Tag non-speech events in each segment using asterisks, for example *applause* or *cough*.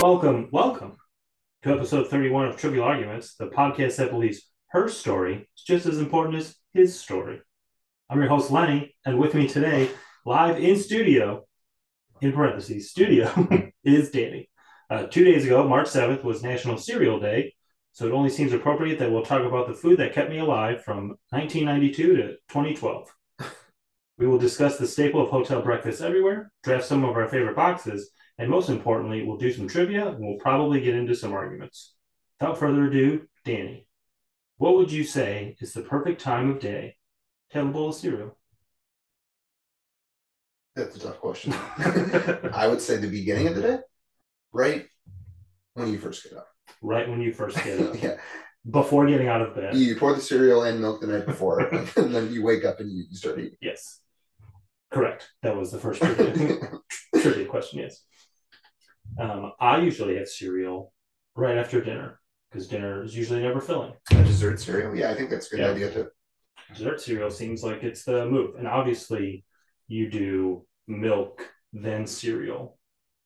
Welcome, welcome to episode 31 of Trivial Arguments, the podcast that believes her story is just as important as his story. I'm your host, Lenny, and with me today, live in studio, in parentheses, studio, *laughs* is Danny. Uh, two days ago, March 7th, was National Cereal Day, so it only seems appropriate that we'll talk about the food that kept me alive from 1992 to 2012. We will discuss the staple of hotel breakfast everywhere, draft some of our favorite boxes, and most importantly, we'll do some trivia and we'll probably get into some arguments. Without further ado, Danny, what would you say is the perfect time of day to have a bowl of cereal? That's a tough *laughs* question. I would say the beginning of the day, right when you first get up. right when you first get up, *laughs* yeah, before getting out of bed. you pour the cereal and milk the *laughs* night before, and then you wake up and you you start eating. Yes. Correct. That was the first trivia, *laughs* trivia question, yes. Um, I usually have cereal right after dinner because dinner is usually never filling. A dessert cereal, yeah, I think that's a good Yeah. idea too. dessert cereal seems like it's the move. And obviously, you do milk then cereal,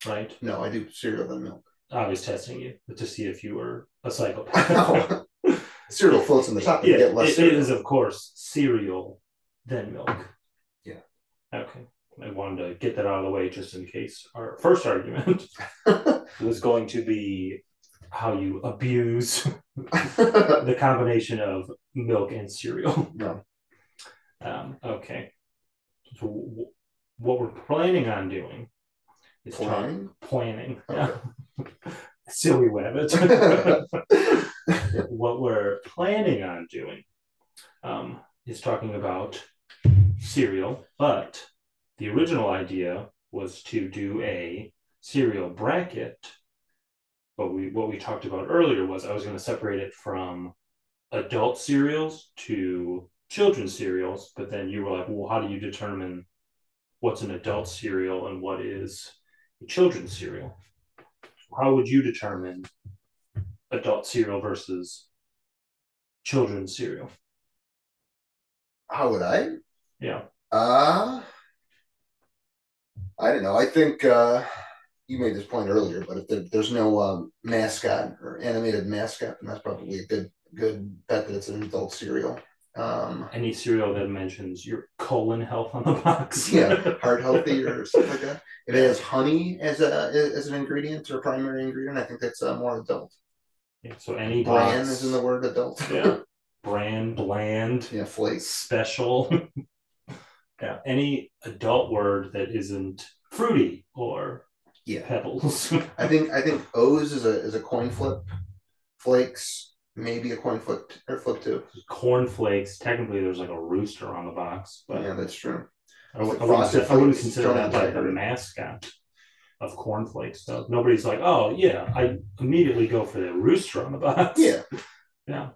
right? No, I do cereal then *laughs* milk. I was testing you to see if you were a *laughs* psychopath. No. cereal floats on the top. You yeah, get less. it- it cereal. is of course cereal then milk. Yeah. Okay. I wanted to get that out of the way just in case our first argument *laughs* *laughs* was going to be how you abuse the combination of milk and cereal. *laughs* no, Um, okay. So w- w- what we're planning on doing is trying- planning. planning. Okay. *laughs* Silly rabbit. *laughs* *laughs* what we're planning on doing um, is talking about cereal, but the original idea was to do a cereal bracket. But we what we talked about earlier was I was going to separate it from adult cereals to children's cereals, but then you were like, well, how do you determine what's an adult cereal and what is a children's cereal? How would you determine adult cereal versus children's cereal? How would I? Yeah. Uh, I don't know. I think uh, you made this point earlier, but if there, there's no um, mascot or animated mascot, then that's probably a good good bet that it's an adult cereal. Um, *laughs* Any cereal that mentions your colon health on the *laughs* box. yeah, heart healthy or stuff like that. If it has honey as a as an ingredient or primary ingredient, I think that's uh, more adult. Yeah, so any Bran box- is in the word adult. *laughs* yeah. Brand, bland, yeah, flakes. special. *laughs* yeah. Any adult word that isn't fruity or Yeah. pebbles. *laughs* I think I think O's is a is a coin flip. Flakes maybe a coin flip or flip too. Cornflakes. Technically, there's like a rooster on the box, but yeah, that's true. I, would, I, Frosted wouldn't, I wouldn't Flakes, consider don't that like the elaborate. mascot of cornflakes. Though nobody's like, oh yeah, I immediately go for the rooster on the box. Yeah. yeah.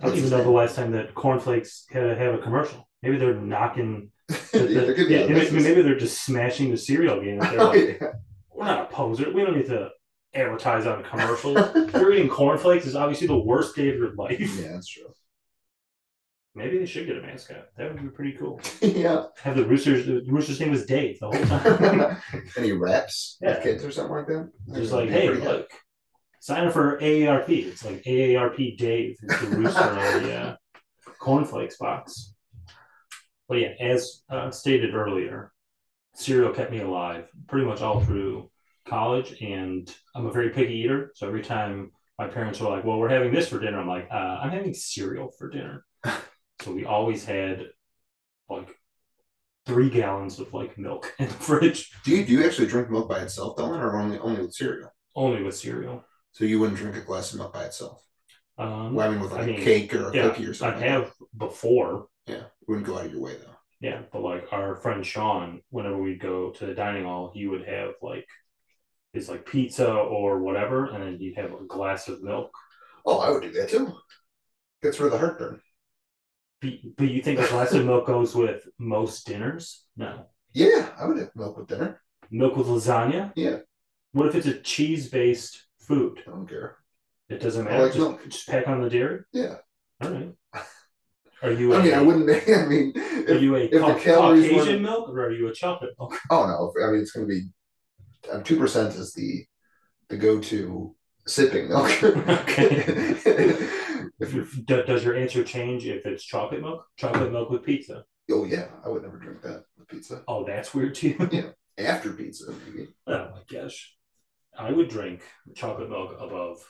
I don't That's even his know the name. last time that cornflakes had a, have a commercial. Maybe they're knocking. the- *laughs* Yeah, there could be yeah, a maybe, business. maybe they're just smashing the cereal game. They're Oh, *laughs* like, yeah. we're not a poser. We don't need to advertise on *laughs* commercials. If You're eating cornflakes is obviously the worst day of your life. *laughs* Yeah, that's true. Maybe they should get a mascot. That would be pretty cool. yeah. Have the rooster's the rooster's name was Dave the whole time. *laughs* Any reps Yeah. with kids or something like that? I think Just that would like, be hey, pretty good. look, sign up for AARP. It's like AARP Dave is the rooster on the uh, cornflakes box. But yeah, as uh, stated earlier, cereal kept me alive pretty much all through college, and I'm a very picky eater. So every time my parents were like, "Well, we're having this for dinner," I'm like, uh, "I'm having cereal for dinner." so we always had like three gallons of like milk in the *laughs* fridge, Do you do you actually drink milk by itself, Dylan, or only only with cereal? only with cereal. So you wouldn't drink a glass of milk by itself. Um, Well, I mean, with like I mean, a cake or a yeah, cookie or I something. have before, Yeah, you wouldn't go out of your way though. yeah, but like our friend Sean, whenever we'd go to the dining hall, he would have like his like pizza or whatever, and then he'd have a glass of milk. Oh, I would do that too. That's where the heartburn. But but you think a glass of milk goes with most dinners? No, Yeah, I would have milk with dinner. milk with lasagna. Yeah. What if it's a cheese-based food? I don't care. It doesn't I matter. like just, milk. just pack on the dairy. Yeah. All right. Are you? I mean, a- I wouldn't. *laughs* Make, I mean, Are if, you a the Cauc- calories Caucasian weren't- milk or are you a chocolate milk? uh, oh no, I mean it's going to be two percent is the the the go-to sipping milk. *laughs* Okay. *laughs* if you're, Do- does your answer change if it's chocolate milk? Chocolate milk with pizza. oh yeah, I would never drink that with pizza Oh, that's weird too. *laughs* after pizza. Maybe. Oh my gosh. I would drink chocolate milk above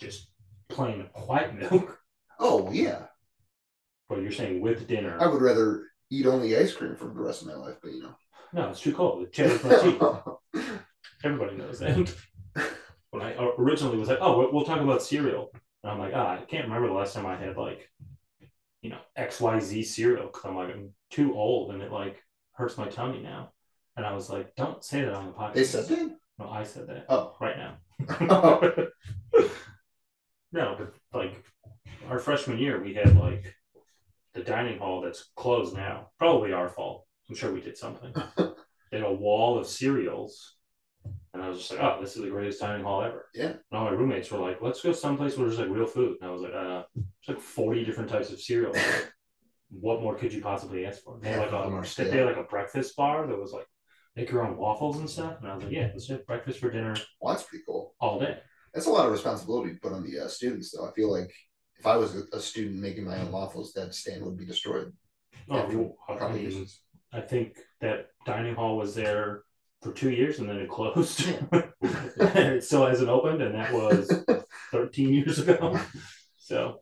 just plain white milk. Oh yeah, But you're saying with dinner. I would rather eat only ice cream for the rest of my life. But *laughs* you know, No, it's too cold. It chatters my *laughs* teeth. Everybody knows that. When I originally was like, oh, we'll- we'll talk about cereal. And I'm like, ah, I can't remember the last time I had like, you know, XYZ cereal because I'm like, I'm too old and it like hurts my tummy now. And I was like, don't say that on the podcast. they said that. No, I said that Oh, right now. oh, no, but like our freshman year, we had like the dining hall that's closed now. Probably our fault. I'm sure we did something. they had a wall of cereals. And I was just like, oh, this is the greatest dining hall ever. Yeah. And all my roommates were like, let's go someplace where there's like real food. And I was like, uh, there's like 40 different types of cereal. what more could you possibly ask for? They had like Yeah, a, almost, they had like a breakfast bar that was like, make your own waffles and stuff. And I was like, yeah, let's have breakfast for dinner well, that's pretty cool. all day. That's a lot of responsibility to put on the uh, students, though. I feel like if I was a- a student making my own waffles, that stand would be destroyed. Oh, after a I couple mean, uses. I think that dining hall was there for two years and then it closed. *laughs* it still hasn't opened, and that was 13 years *laughs* ago. So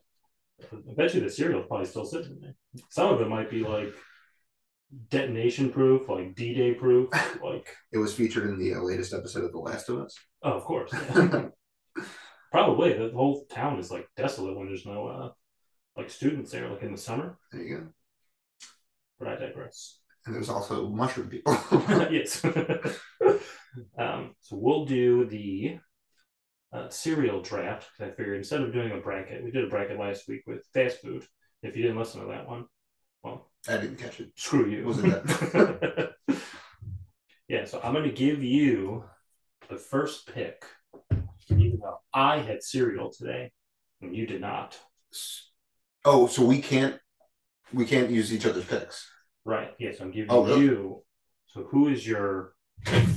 I bet you the cereal's probably still sitting there. Some of it might be like detonation proof, like D Day proof, like, It was featured in the uh, latest episode of The Last of Us. oh, of *laughs* course. yeah. probably the whole town is like desolate when there's no uh, like students there, like in the summer, There you go. but I digress. And there's also mushroom people. *laughs* *laughs* yes. um, so we'll do the uh, cereal draft. 'cause I figured instead of doing a bracket, we did a bracket last week with fast food. If you didn't listen to that one, well, I didn't catch it. screw you. Wasn't that? *laughs* yeah, so I'm going to give you the first pick. Even though I had cereal today and you did not. oh, so we can't we can't use each other's picks. Right. Yes, I'm giving Oh, really? you. So who is your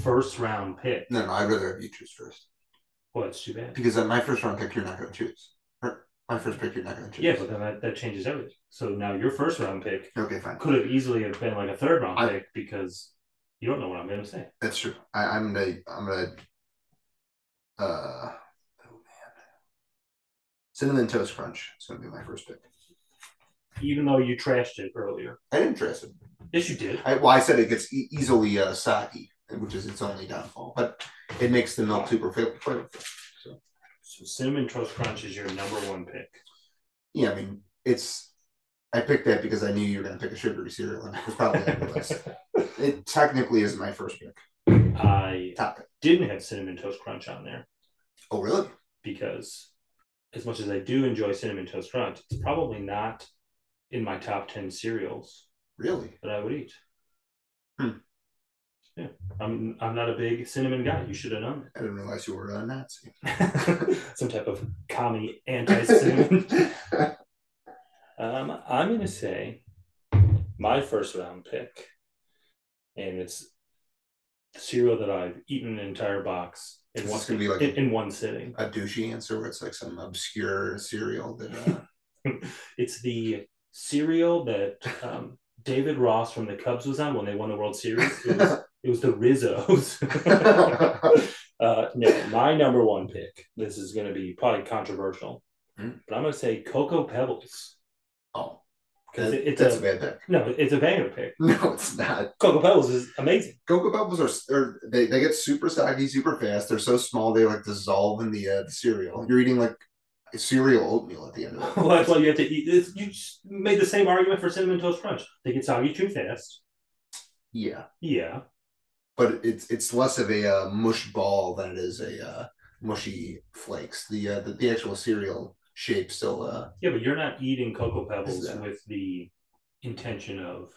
first round pick? No, no, I'd rather have you choose first Well, it's too bad. because uh, my first round pick you're not going to choose. Or my first pick you're not going to choose. Yeah, but then that, that changes everything. So now your first round pick Okay, fine. could have easily have been like a third round I- pick because you don't know what I'm going to say. That's true. I, I'm gonna I'm gonna uh oh man. Cinnamon Toast Crunch is gonna be my first pick. Even though you trashed it earlier. I didn't dress it. Yes, you did. I, well, I said it gets e- easily uh, soggy, which is its only downfall, but it makes the milk super flav- flavorful. So Cinnamon Toast Crunch is your number one pick. Yeah, I mean, it's. I picked that because I knew you were going to pick a sugary cereal, and it was probably on your *laughs* list. It technically is my first pick. I Top pick. didn't have Cinnamon Toast Crunch on there Oh, really? because as much as I do enjoy Cinnamon Toast Crunch, it's probably not in my top 10 cereals Really? that I would eat. Hmm. Yeah. I'm, I'm not a big cinnamon guy. You should have known that. I didn't realize you were *laughs* a Nazi. some type of commie *laughs* anti-cinnamon. um, I'm gonna say my first round pick, and it's cereal that I've eaten an entire box in It's one just going to be like in, in one sitting. *laughs* a douchey answer where it's like some obscure cereal that. *laughs* Uh, It's the cereal that um, David Ross from the Cubs was on when they won the World Series. It *laughs* was, it was the Rizzos. Uh, no, my number one pick. This is going to be probably controversial, Hmm. but I'm going to say Cocoa Pebbles oh, because that- it's that's a, a bad pick. *laughs* no, it's a banger pick. No, it's not. Cocoa Pebbles is amazing. *laughs* Cocoa Pebbles are, are they, they get super soggy super fast. They're so small they like dissolve in the, uh, the cereal. You're eating like cereal oatmeal at the end of it. well, that's why you have to eat. It's, you just made the same argument for cinnamon toast crunch. They get soggy too fast. Yeah, Yeah, but it's it's less of a uh, mush ball than it is a uh, mushy flakes. The, uh, the the actual cereal shape still. Uh, yeah, but you're not eating Cocoa Pebbles Is that- with the intention of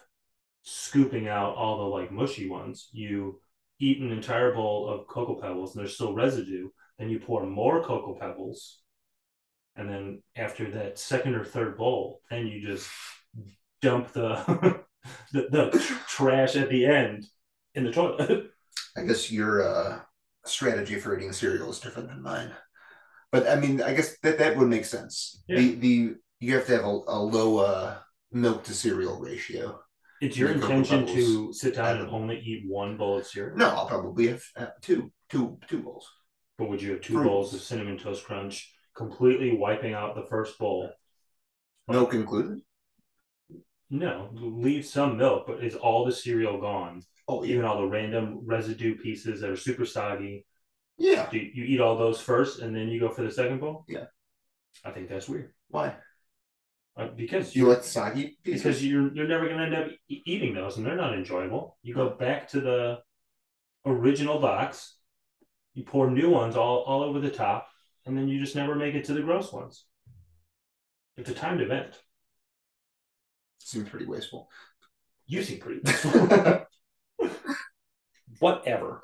scooping out all the like mushy ones. You eat an entire bowl of Cocoa Pebbles, and there's still residue. Then you pour more Cocoa Pebbles, and then after that second or third bowl, then you just dump the *laughs* the, the trash at the end in the toilet. *laughs* I guess your uh, strategy for eating cereal is different than mine. But I mean, I guess that that would make sense. Yeah. The the you have to have a, a low uh, milk to cereal ratio. It's your Make up the intention to bubbles. sit down and only eat one bowl of cereal, No, I'll probably have uh, two two two bowls. but would you have two Fruits. bowls of cinnamon toast crunch, completely wiping out the first bowl? Milk included. No, leave some milk, but is all the cereal gone? Oh yeah, Even all the random residue pieces that are super soggy. yeah. Do you eat all those first, and then you go for the second bowl? Yeah. I think that's weird Why? Uh, because You like soggy pieces? because you're you're never going to end up e- eating those, and they're not enjoyable. You go back to the original box, you pour new ones all all over the top, and then you just never make it to the gross ones. It's a timed event. seems pretty wasteful. You seem pretty. I, *laughs* Whatever.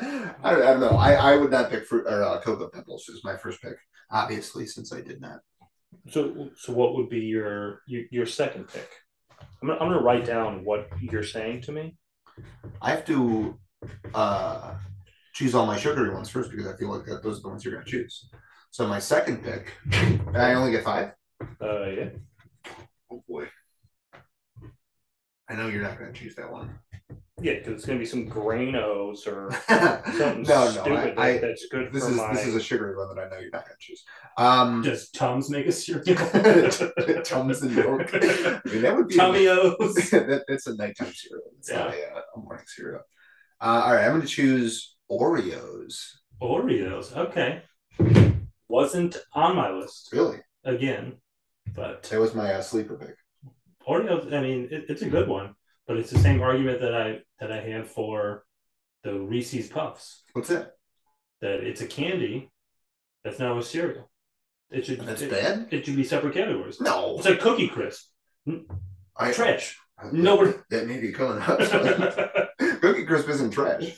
I don't know. I, I would not pick fruit or uh, cocoa pebbles is my first pick, obviously, since I did not. So so what would be your your, your second pick? I'm gonna, I'm gonna write down what you're saying to me. I have to uh, choose all my sugary ones first because I feel like that, those are the ones you're going to choose. So my second pick, and I only get five. Uh, yeah. Oh boy. I know you're not going to choose that one. Yeah, because it's gonna be some *laughs* grainos or no, something *laughs* no. stupid I, I, that's good this for is my. this is a sugary one that I know you're not going to choose. *laughs* Um, *laughs* Does Tums make a cereal? Tums and milk. I mean, that would be Tummyos. *laughs* that, that's a nighttime cereal. It's not a, uh, a morning cereal. Uh, all right, I'm going to choose Oreos. Oreos. Okay. Wasn't on my list Really, again, but that was my uh, sleeper pick. Oreos. I mean, it, it's a good one, but it's the same argument that I that I have for the Reese's Puffs. What's that? That it's a candy. That's not a cereal. It should. That's it, bad. it should be separate categories. No, It's like Cookie Crisp. I, Trash. I- *laughs* Nobody. That may be coming up. *laughs* if Cookie Crisp isn't trash.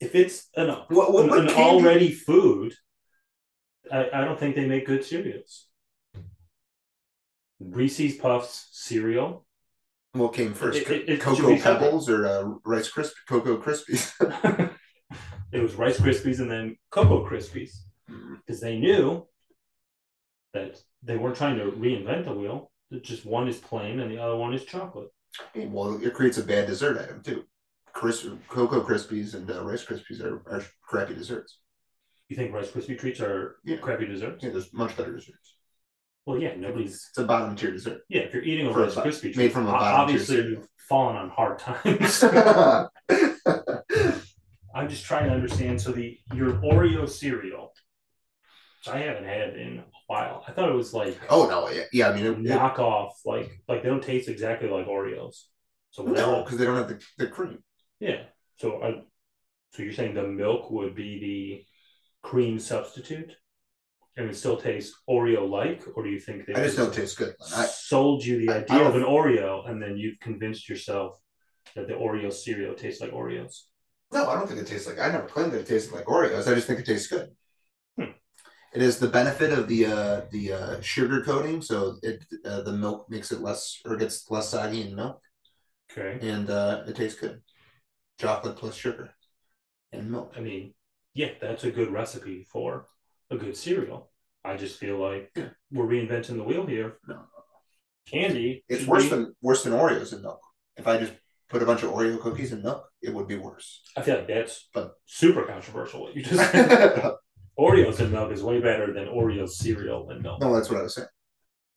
it's an What? What? an, what an candy- already food, I, I don't think they make good cereals. Reese's Puffs cereal. What came first? It- it- it should Cocoa be separate. Pebbles or uh, Rice Crisp? Cocoa Krispies. *laughs* it was Rice Krispies and then Cocoa Krispies because they knew that they weren't trying to reinvent the wheel. that Just one is plain and the other one is chocolate. Okay, well, it creates a bad dessert item too. Crisp, Cocoa Krispies and uh, Rice Krispies are, are crappy desserts. You think Rice Krispie treats are Yeah. crappy desserts? Yeah, there's much better desserts. Well, yeah, nobody's. It's a bottom tier dessert. *laughs* Yeah, if you're eating a For a Rice bo- Krispie treat, made from a o- bottom tier obviously cereal. you've fallen on hard *laughs* times. I'm just trying to understand. So the your Oreo cereal, which I haven't had in a while. I thought it was like oh no, yeah, yeah I mean, it, it, knockoff, like like they don't taste exactly like Oreos. So whatever. no, because they don't have the, the cream. Yeah. So I. So you're saying the milk would be the cream substitute, and it still tastes Oreo like, or do you think they I just don't taste good. I, sold you the I- I idea of don't- an Oreo, and then you've convinced yourself that the Oreo cereal tastes like Oreos? no, I don't think it tastes like. I never claimed that it tasted like Oreos. I just think it tastes good. Hmm. It is the benefit of the uh, the uh, sugar coating, so it uh, the milk makes it less or gets less soggy in milk, Okay. and uh, it tastes good. Chocolate plus sugar and milk. I mean, yeah, that's a good recipe for a good cereal. I just feel like Yeah. we're reinventing the wheel here. No. Candy. It's should worse be- than worse than Oreos and milk. If I just put a bunch of Oreo cookies in milk, it would be worse. *laughs* I feel like that's But- super controversial. What you just *laughs* said. no, Oreos and milk is way better than Oreos cereal and milk. that's what I was saying.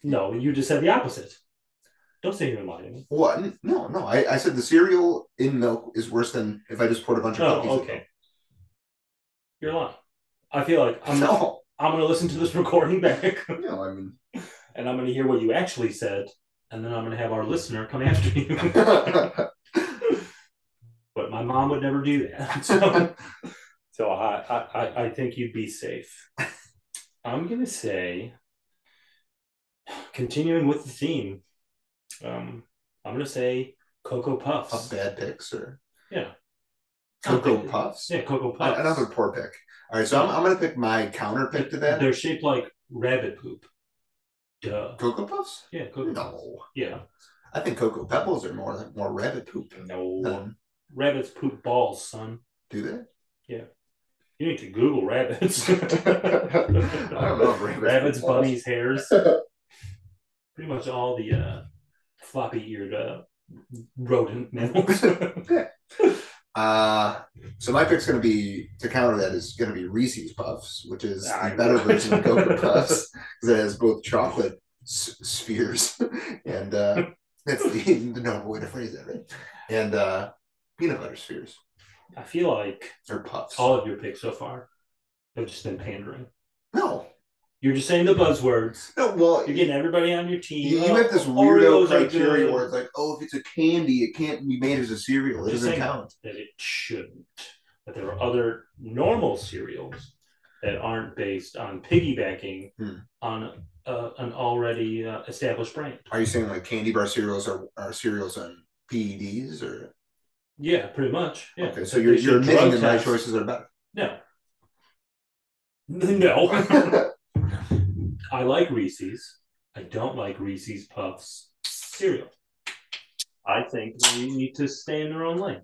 No, you just said the opposite. Don't say you're lying to me. What? No, no. I, I said the cereal in milk is worse than if I just poured a bunch of cookies. Oh, in okay. You're lying. I feel like *laughs* I'm milk. I'm gonna listen to this *laughs* recording back no, no. I *laughs* mean, and I'm gonna hear what you actually said, and then I'm gonna have our listener come after you. *laughs* but my mom would never do that. *laughs* So, so I, I- I, I think you'd be safe. I'm going to say, continuing with the theme, um, I'm going to say Cocoa a Puffs. bad pick, sir. Yeah. Cocoa Puffs. Yeah, Cocoa Puffs. Another poor pick. All right, so I'm, I'm gonna pick my counter pick to that. They're shaped like rabbit poop. Duh. Cocoa Puffs? Yeah, Cocoa Puffs. No, Yeah. I think Cocoa Pebbles are more more rabbit poop. No. than- Rabbits poop balls, son. Do they? Yeah. You need to Google rabbits. *laughs* I don't know if rabbits- rabbits, bunnies, *laughs* hares. Pretty much all the uh, floppy eared uh, rodent mammals. *laughs* Uh, so my pick's going to be to counter that is going to be Reese's Puffs, which is the I- better version *laughs* of Cocoa Puffs because it has both chocolate s- spheres *laughs* and uh, that's the, the normal way to phrase that, right? And uh, peanut butter spheres I feel like or puffs. all of your picks so far have just been pandering. No, You're just saying the buzzwords. no. Well, You're getting everybody on your team. you, you Oh, have this Oreos are weirdo criteria good. where it's like, oh, if it's a candy, it can't be made as a cereal. It Just doesn't saying count. that it shouldn't. That there are other normal cereals that aren't based on piggybacking Hmm. on uh, an already uh, established brand. Are you saying like candy bar cereals are, are cereals on PEDs or? Yeah, pretty much. Yeah. Okay, so That you're, they should you're admitting drug that my test- choices are *laughs* better. No. *laughs* No. I like Reese's. I don't like Reese's Puffs cereal. I think we need to stay in their own lane.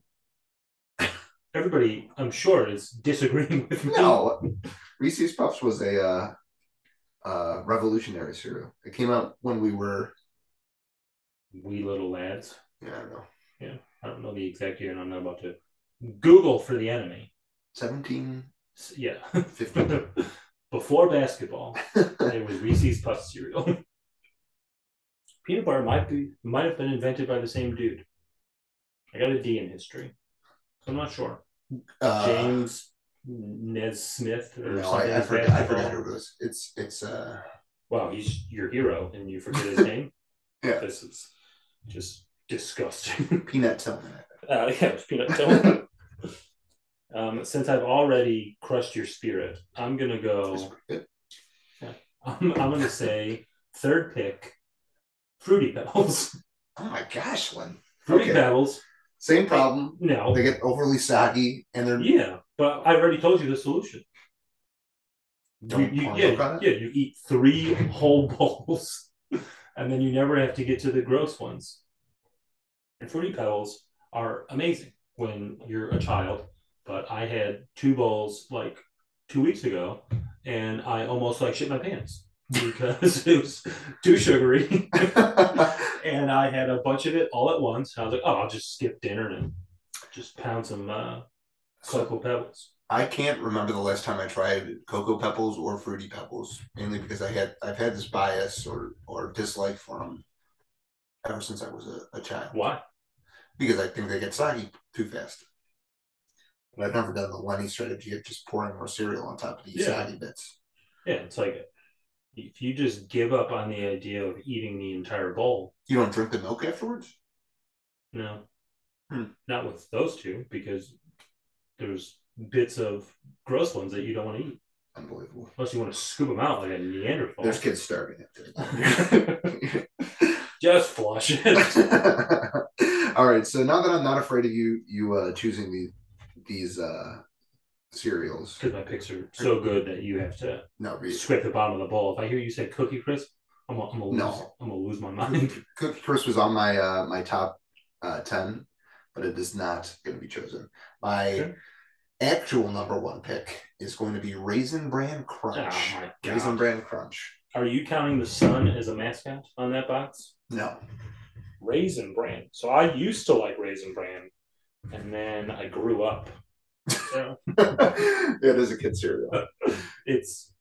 Everybody, I'm sure, is disagreeing with me. no, Reese's Puffs was a uh, uh, revolutionary cereal. It came out when we were, We little lads. I don't know, I don't know the exact year, and I'm not about to Google for the enemy. 17, S- Yeah. *laughs* 15. Before *laughs* basketball, it was Reese's Puff cereal. *laughs* Peanut butter might be might have been invented by the same dude. I got a D in history, so I'm not sure. uh, James Ned Smith or no, something. I, I, is forgot, I basketball. forgot who it was. It's, it's, uh, Wow, he's your hero, and you forget his name. *laughs* Yeah. this is just disgusting. *laughs* Peanut Tillman. Uh, yeah, it's peanut *laughs* Tillman. um, since I've already crushed your spirit, I'm gonna It's go. pretty good. I'm, I'm gonna say third pick, fruity pebbles. *laughs* Oh my gosh, Lynn. Fruity Okay. pebbles. Same problem. No. They get overly soggy and they're Yeah, but I've already told you the solution. You, Don't you, pour milk yeah, on it? yeah, you eat three whole *laughs* bowls, and then you never have to get to the gross ones. And fruity pebbles are amazing when you're a child, but I had two bowls like two weeks ago, and I almost like shit my pants because *laughs* it was too sugary, *laughs* *laughs* and I had a bunch of it all at once. I was like, oh, I'll just skip dinner and just pound some uh, cocoa pebbles. I can't remember the last time I tried cocoa pebbles or fruity pebbles, mainly because I had I've had this bias or or dislike for them ever since I was a, a child Why? because I think they get soggy too fast. And I've never done the Lenny strategy of just pouring more cereal on top of the Yeah. soggy bits. Yeah, it's like if you just give up on the idea of eating the entire bowl, You don't drink the milk afterwards. no, Hmm. not with those two because there's bits of gross ones that you don't want to eat Unbelievable. unless you want to scoop them out like a Neanderthal. There's kids starving. after that. Just flush it. *laughs* All right, so now that I'm not afraid of you, you uh, choosing the, these uh, cereals. Because my picks are so good that you have to No, re- scrape the bottom of the bowl. If I hear you say Cookie Crisp, I'm gonna, I'm gonna No. lose. I'm gonna lose my mind. Cookie Crisp was on my uh, my top uh, ten, but it is not going to be chosen. My Okay. actual number one pick is going to be Raisin Bran Crunch. Oh my God. Raisin Bran Crunch. Are you counting the sun as a mascot on that box? No, *laughs* Raisin Bran. So I used to like Raisin Bran, and then I grew up. *laughs* So it is a kid cereal. Uh. it's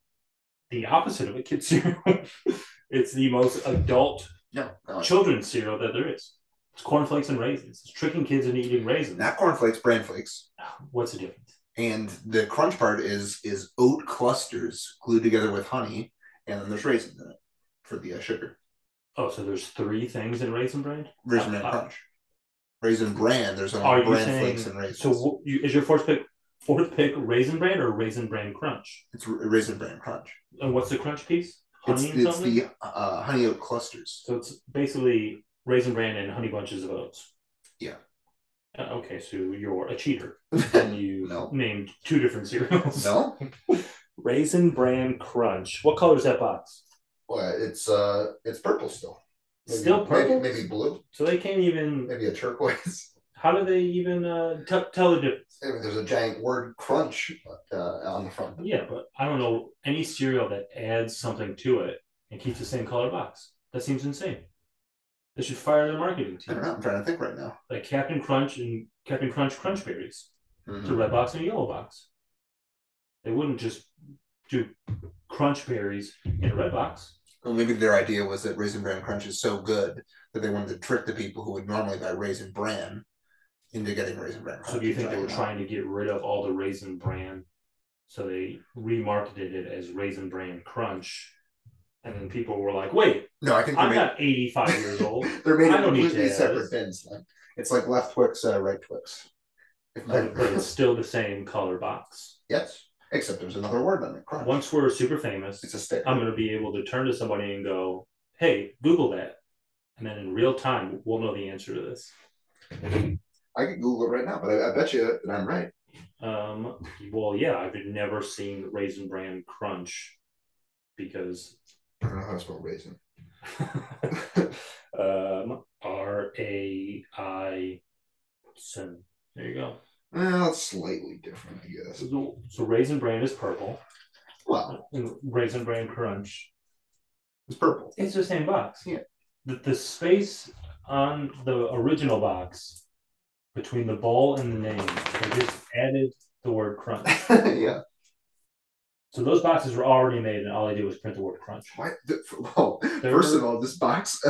the opposite of a kid *laughs* cereal. it's the most adult No, no, it's children's cereal that there is. It's cornflakes and raisins. It's tricking kids into eating raisins. not cornflakes, bran flakes. What's the difference? and the crunch part is is oat clusters glued together with honey, and then there's raisins in it for the uh, sugar. Oh, so there's three things in Raisin Bran. Raisin bran Uh, uh, crunch, raisin bran. There's Are only you bran flakes and saying raisins. so? wh- You, is your fourth pick fourth pick Raisin Bran or Raisin Bran Crunch? it's ra- raisin bran crunch. And what's the crunch piece? It's Honey and it's something. the uh, honey oat clusters. So it's basically raisin bran and honey bunches of oats. Yeah. Uh, okay, so you're a *laughs* cheater. no, And you No. named two different cereals. Raisin bran crunch. What color is that box? well, it's uh, it's purple still. Still purple? Maybe, maybe blue. So they can't even. Maybe a turquoise. *laughs* How do they even uh, t- tell the difference? I mean, there's a giant word crunch uh, on the front. Yeah, but I don't know any cereal that adds something to it and keeps the same color box. That seems insane. They should fire their marketing I don't team. know. I'm trying to think right now. Like Captain Crunch and Captain Crunch Crunch Berries. It's a Mhm. red box and a yellow box. They wouldn't just do crunch berries in a red box. Well, maybe their idea was that Raisin Bran Crunch is so good that they wanted to trick the people who would normally buy Raisin Bran into getting Raisin Bran Crunch. So do you think and they were trying trying to get rid of all the raisin bran? So they remarketed it as raisin bran crunch. And then people were like, wait, it out? No, I think I'm they not 85 years old. made, they're made I in don't need completely jazz. separate bins. Like, it's like left Twix, uh, right Twix. If my- But but it's still the same color box. yes, except there's another word on it. Crunch. Once we're super famous, it's a stick. I'm going to be able to turn to somebody and go, hey, Google that. And then in real time, we'll know the answer to this. I could Google it right now, but I, I bet you that I'm right. Um, well, yeah, I've never seen Raisin Bran Crunch because *laughs* I don't know how to spell raisin. um, R A I. Sin. There you go. well, it's slightly different, I guess. So, so Raisin Bran is purple, Well, and Raisin Bran Crunch it's purple. *laughs* It's the same box. Yeah. The, the space on the original box between the ball and the name, they just added the word *laughs* crunch. yeah. so those boxes were already made, and all they did was print the word crunch. Why? The, well, There first of were- all, this box, *laughs*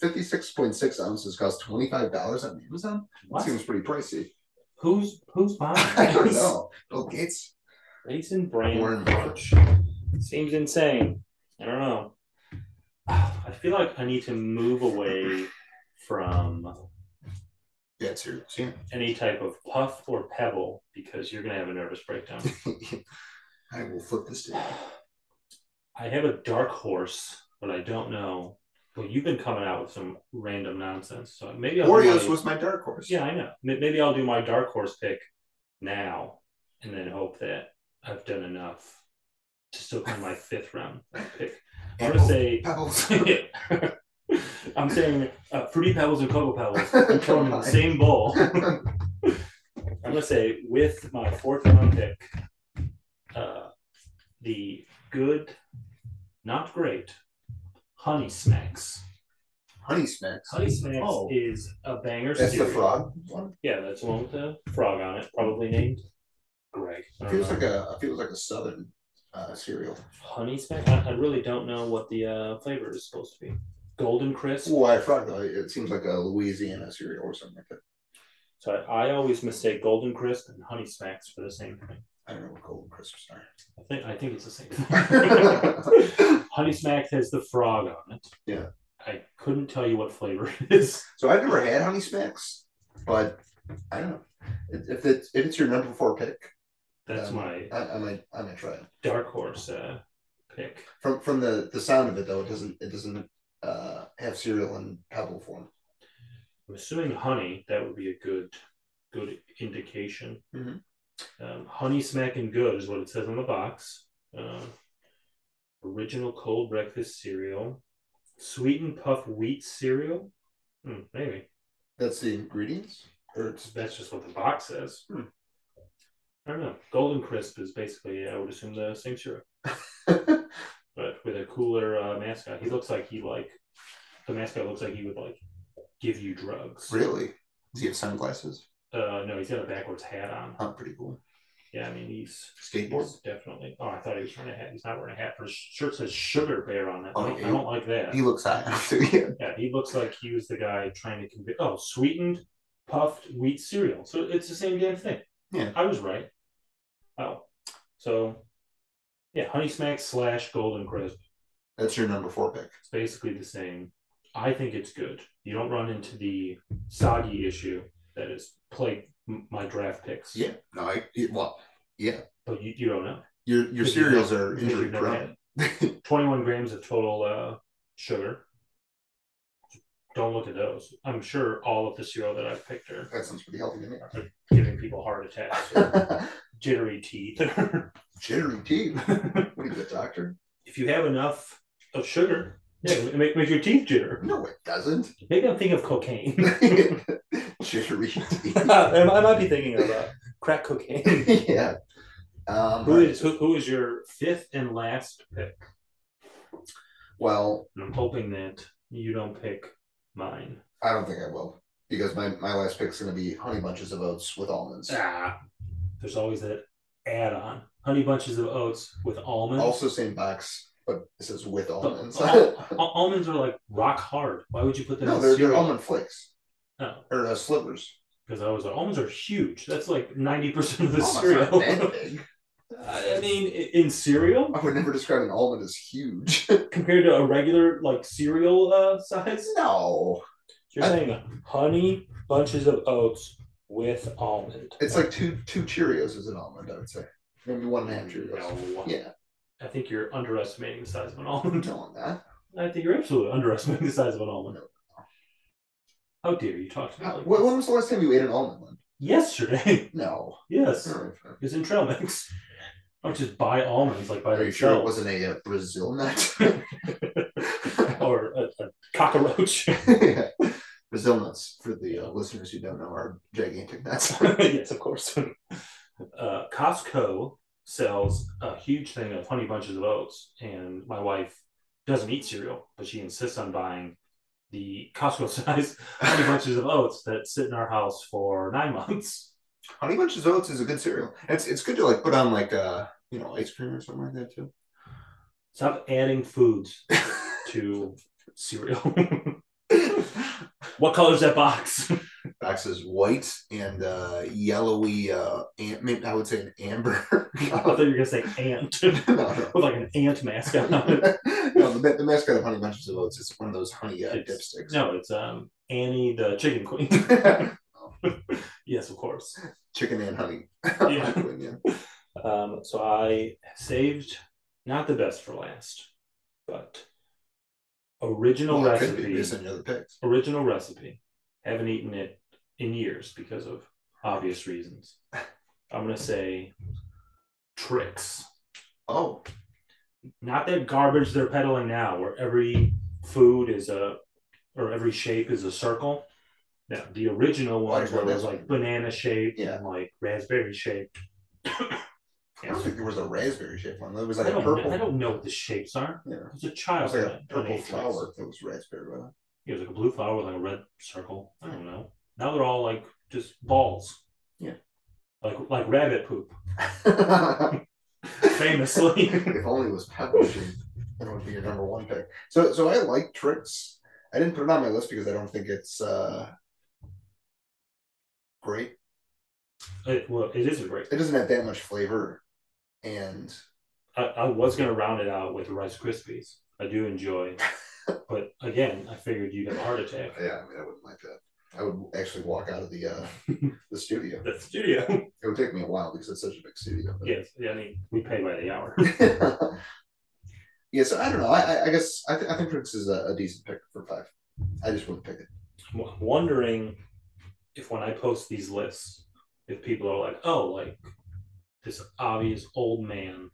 fifty six point six ounces, costs twenty five dollars on Amazon. What? Seems pretty pricey. *laughs* Who's who's buying? I don't this? know. Bill Gates. Raisin Bran Warren crunch. Seems insane. I don't know. I feel like I need to move away from Yeah, it's here. See? *laughs* any type of puff or pebble because you're gonna have a nervous breakdown. I will flip this to you. I have a dark horse, but I don't know. Well, you've been coming out with some random nonsense, so maybe I'll do Oreos my- was my dark horse. Yeah, I know. May- Maybe I'll do my dark horse pick now, and then hope that I've done enough to still claim *laughs* my fifth round pick. I'm gonna Apple- say. *laughs* Pebbles. I'm saying uh, fruity pebbles and cocoa *laughs* pebbles. and throw them in the same bowl. I'm gonna say with my fourth round pick, uh, the good, not great, honey smacks. Honey smacks. Honey smacks Oh. is a banger. That's the cereal. frog one. Yeah, that's the one with the frog on it, probably named Greg. I don't Feels know. like a feels like a southern uh, cereal. honey smack. I, I really don't know what the uh, flavor is supposed to be. Golden crisp. Why frog though? uh, It seems like a Louisiana cereal or something like that. So I, I always mistake golden crisp and honey smacks for the same thing. I don't know what golden crisps are. I think I think it's the same thing. *laughs* honey smacks has the frog on it. Yeah. I couldn't tell you what flavor it is. So I've never had honey smacks, but I don't know if if it's if it's your number four pick, That's Um, my I, I might I might try it. dark horse uh, pick. From from the the sound of it though, it doesn't it doesn't uh, have cereal in pebble form. I'm assuming honey. That would be a good good indication. Mhm. Um, honey smacking good is what it says on the box. Uh, original cold breakfast cereal, sweet and puff wheat cereal. Hmm, maybe That's the ingredients, or it's that's just what the box says. Hmm. I don't know. Golden crisp is basically, I would assume, the same syrup. but with a cooler uh, mascot. He looks like he like the mascot looks like he would like give you drugs. *laughs* really. Does he have sunglasses? Uh, no, he's got a backwards hat on. Oh, pretty cool. Yeah, I mean he's, Skateboard. he's definitely. Oh, I thought he was wearing a hat. He's not wearing a hat. His shirt says "Sugar Bear" on it. I don't- I don't like that. Oh, He looks high. *laughs* yeah. Yeah, he looks like he was the guy trying to convince. Oh, sweetened puffed wheat cereal. So it's the same damn thing. Yeah. I was right. Oh, so yeah, Honey Smacks slash Golden Crisp. That's your number four pick. It's basically the same. I think it's good. You don't run into the soggy issue that is plagued m- my draft picks. Yeah. No, I it- well, yeah. But you, you don't know. Your your Because you cereals don't- are because injury you've never prone. *laughs* had it. 21 grams of total uh, sugar. Don't look at those. I'm sure all of the cereal that I've picked are That sounds pretty healthy to me. giving people heart attacks or *laughs* jittery teeth. *laughs* Jittery tea. What are you, the doctor? *laughs* if you have enough of sugar, Yeah, it make, makes your teeth jitter. No, it doesn't. *laughs* Maybe I'm thinking of cocaine. *laughs* Jittery. I might be thinking of uh, crack cocaine. *laughs* yeah. Um, Who is who, who is your fifth and last pick? well, And I'm hoping that you don't pick mine. I don't think I will because my, my last pick's going to be honey bunches of oats with almonds. Ah, there's always that add-on: honey bunches of oats with almonds. Also, same box, but it says with But almonds. *laughs* al- al- almonds are like rock hard. Why would you put them no, in they're, they're cereal? almond flakes No, or uh, slivers. because I was like, almonds are huge. That's like ninety percent of the Almonds aren't cereal. that big. *laughs* I I mean, i- in cereal I would never describe an almond as huge. *laughs* compared to a regular like cereal uh, size, no, you're saying honey bunches of oats with almond. it's like two two Cheerios is an almond. I would say maybe one and a half Cheerios. No. Yeah, I think you're underestimating the size of an I'm almond. telling that. I think you're absolutely underestimating the size of an almond. How dare you talk to me How- like When this? when was the last time you ate an almond? Lynn? Yesterday, *laughs* No. yes, All it right, fine. was in trail mix. I would just buy almonds like by Are you themselves, sure it wasn't a uh, Brazil nut? *laughs* *laughs* or a, a cockroach. *laughs* yeah. Brazil nuts, for the uh, listeners who don't know, are gigantic nuts. yes, of course. uh, Costco sells a huge thing of honey bunches of oats, and my wife doesn't eat cereal, but she insists on buying the Costco *laughs* size honey bunches of oats that sit in our house for nine months. Honey Bunches of Oats is a good cereal. It's it's good to like put on like uh you know ice cream or something like that too. Stop adding *laughs* foods to cereal. what color's that box? *laughs* Box is white and uh yellowy uh am- maybe I would say an amber. *laughs* I thought you were gonna say ant *laughs* with No, no. like an ant mask on it. no, the, ma- the mascot of Honey Bunches of Oats is one of those honey uh, It's- dipsticks. No, it's um Annie the chicken queen. *laughs* yes, of course. *laughs* Chicken and honey. *laughs* Yeah. Um, so I saved not the best for last, but original Well, it could recipe. be based on your other picks. Original recipe. Haven't eaten it in years because of obvious *laughs* reasons. I'm gonna say tricks. Oh, Not that garbage they're peddling now, where every food is a or every shape is a circle. Now the original ones where it was like banana shaped and like raspberry shaped. I don't think there was a raspberry shaped one. There was like I a don't, purple. know, I don't know what the shapes are. Yeah. I was a It child. was like when I- when a I purple ate these. flower that was raspberry. wasn't Yeah, it was like a blue flower with like a red circle. I don't know. Now they're all like just balls. Yeah. Like like rabbit poop, *laughs* it? *laughs* famously. if only it was published, it would be your number one pick. So, so I like tricks. I didn't put it on my list because I don't think it's uh, great. it, well, it is a great. It doesn't have that much flavor, and I, I was gonna round it out with Rice Krispies. I do *laughs* enjoy, but again, I figured you'd have a heart attack. yeah, I mean, I wouldn't like that. I would actually walk out of the uh, *laughs* the studio. The studio. It would take me a while because it's such a big studio. *laughs* but- yes, yeah, I mean we pay by the hour. *laughs* yeah, so I don't know. I, I- I guess I, th- I think tricks is a, a decent pick for five. I just wouldn't pick it. I'm wondering if when I post these lists, if people are like, oh, like this obvious old man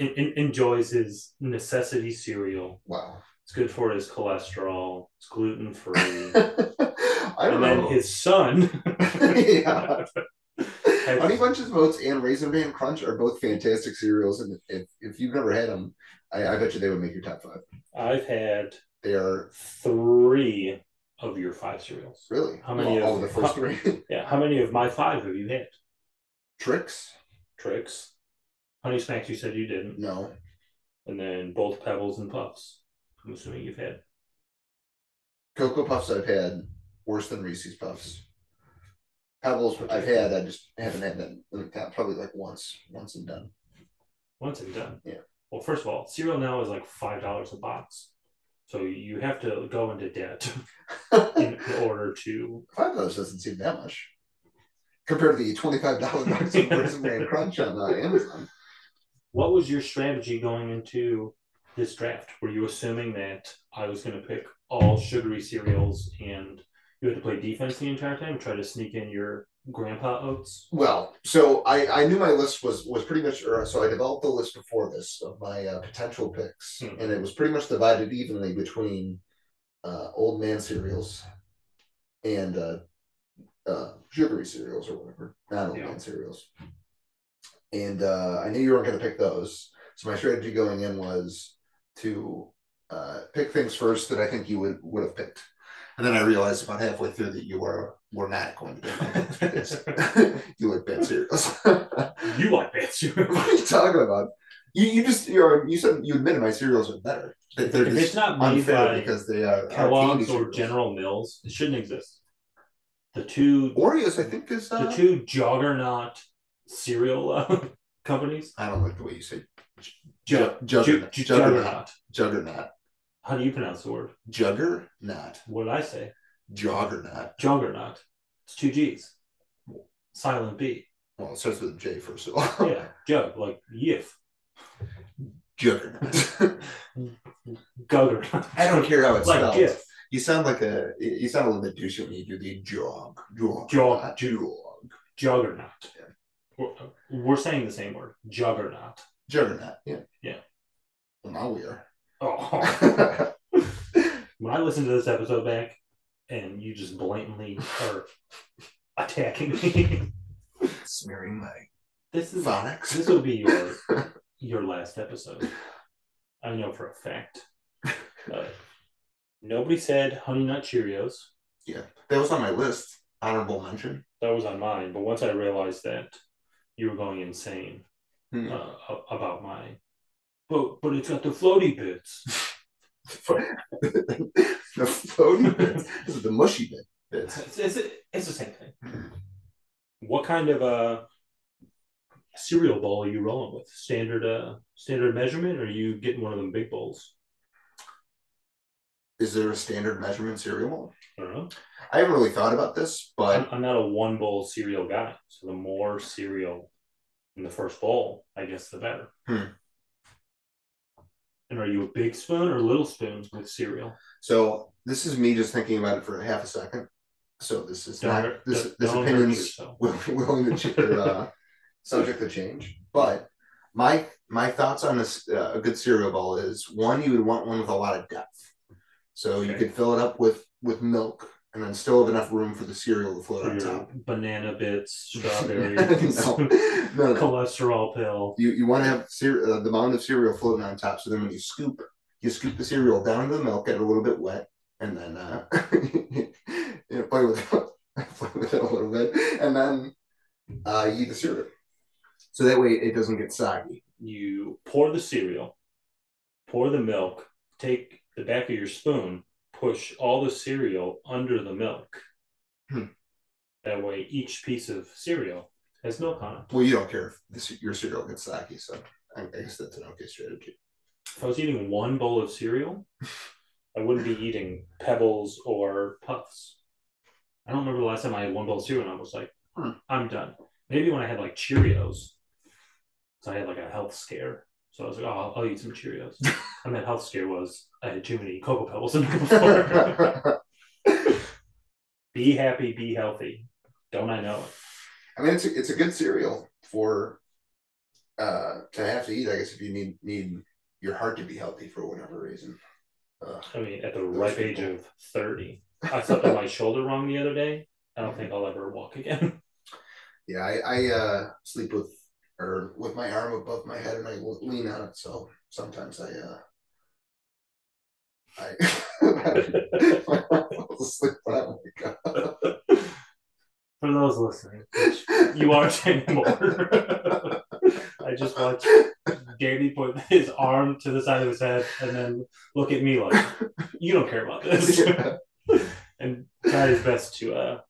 en- en- enjoys his necessity cereal. Wow. *laughs* It's good for his cholesterol. It's gluten *laughs* free. I don't and know. then his son. *laughs* yeah. Honey Bunches of Oats and Raisin Bran Crunch are both fantastic cereals, and if, if you've never had them, I, I bet you they would make your top five. *laughs* I've had They are three of your five cereals. really How many all, all of- the first three *laughs* Yeah. How many of my five have you had? tricks. Tricks. Honey Smacks, you said you didn't. No, And then both Pebbles and Puffs. I'm assuming you've had. Cocoa Puffs I've had worse than Reese's Puffs. Pebbles I've had, I just haven't had them in the top, probably like once, once and done. *laughs* once and done. Yeah. Well, first of all, cereal now is like five dollars a box, so you have to go into debt *laughs* in, Five in order to. dollars doesn't seem that much compared to the twenty-five dollar box of Raisin Bran Crunch on uh, Amazon. What was your strategy going into this draft? Were you assuming that I was going to pick all sugary cereals and you had to play defense the entire time, try to sneak in your Grandpa Oats. Well, so I, I knew my list was was pretty much or so I developed the list before this of my uh, potential picks, Hmm. and it was pretty much divided evenly between uh, old man cereals and uh, uh, sugary cereals or whatever non old Yeah. man cereals. And uh, I knew you weren't going to pick those, so my strategy going in was to uh, pick things first that I think you would would have picked, and then I realized about halfway through that you were were not going to pick my picks because *laughs* *laughs* you like bad cereals. *laughs* what You like that cereal. are you talking about? You, you just you're, you said you admitted my cereals are better. That they're If it's just not made unfair by because they are are Kellogg's candy or cereals. General Mills, it shouldn't exist. The two Oreos. I think is uh, the two juggernaut cereal uh, *laughs* companies. I don't like the way you say Ju- Ju- juggernaut. ju- Juggernaut. juggernaut. juggernaut, How do you pronounce the word? juggernaut, What did I say? joggernaut. Juggernaut. It's two G's. Silent B. Well, it starts with a J first of all. Yeah. Jug, like yiff. *laughs* Juggernaut. *laughs* Guggernaut. I don't care how it's Like spelled. gif. You sound like a you sound a little bit douchey when you do the jog jog Jog. jog Juggernaut. We're, we're saying the same word. Juggernaut. Juggernaut, yeah. Yeah. Well, now we *laughs* are. Oh. when I listened to this episode back and you just blatantly are attacking me, *laughs* Smearing my this is this phonics. will be your your last episode. I know for a fact. Uh, nobody said Honey Nut Cheerios. That was on my list. Honorable mention. *laughs* That was on mine, but once I realized that you were going insane Hmm. uh, a- about mine, but but it's got the floaty bits. the floaty bits. This is the mushy bit. Bits. It's, it's, it's the same thing. What kind of uh, cereal bowl are you rolling with? Standard uh, standard measurement, or are you getting one of them big bowls? Is there a standard measurement cereal bowl? I don't know. I haven't really thought about this, I'm, but I'm not a one bowl cereal guy, so the more cereal in the first bowl, I guess, the better. Hmm. And are you a big spoon or little spoon with cereal? so this is me just thinking about it for half a second. So this is Don't not hurt- this don't- this don't hurt opinion's yourself. will- *laughs* willing to ch- or, uh, *laughs* subject to change. But my my thoughts on this uh, a good cereal bowl is one you would want one with a lot of depth, so you Okay. could fill it up with with milk and then still have enough room for the cereal to float For on your top. banana *laughs* bits, no, strawberries, *laughs* no, *laughs* no. cholesterol pill. You you want to have cere- uh, the amount of cereal floating on top, so then when you scoop, you scoop the cereal down into the milk, get it a little bit wet, and then uh, *laughs* you know, play with it, *laughs* play with it a little bit, and then uh, you eat the cereal. So that way it doesn't get soggy. you pour the cereal, pour the milk, take the back of your spoon, push all the cereal under the milk. Hmm. That way, each piece of cereal has milk on it. Well, you don't care if this, your cereal gets soggy, so I, I guess that's an okay strategy. *laughs* If I was eating one bowl of cereal, I wouldn't be eating pebbles or puffs. I don't remember the last time I had one bowl of cereal and I was like, Hmm. I'm done. Maybe when I had like Cheerios, so I had like a health scare. So I was like, oh, I'll, I'll eat some Cheerios. and that health scare was I had too many Cocoa Pebbles in me before. *laughs* I be happy, be healthy. Don't I know it? mean, it's a, it's a good cereal for uh, to have to eat. I guess if you need need your heart to be healthy for whatever reason. Uh, I mean, at the ripe age of 30, I slept on my shoulder wrong the other day. I don't think I'll ever walk again. yeah, I, I uh, sleep with or with my arm above my head and I lean on it, so sometimes I uh, I *laughs* fall asleep when I wake up. For those listening, you are Shane Moore. I just watched Danny put his arm to the side of his head and then look at me like, you don't care about *laughs* this. and tried his best to uh,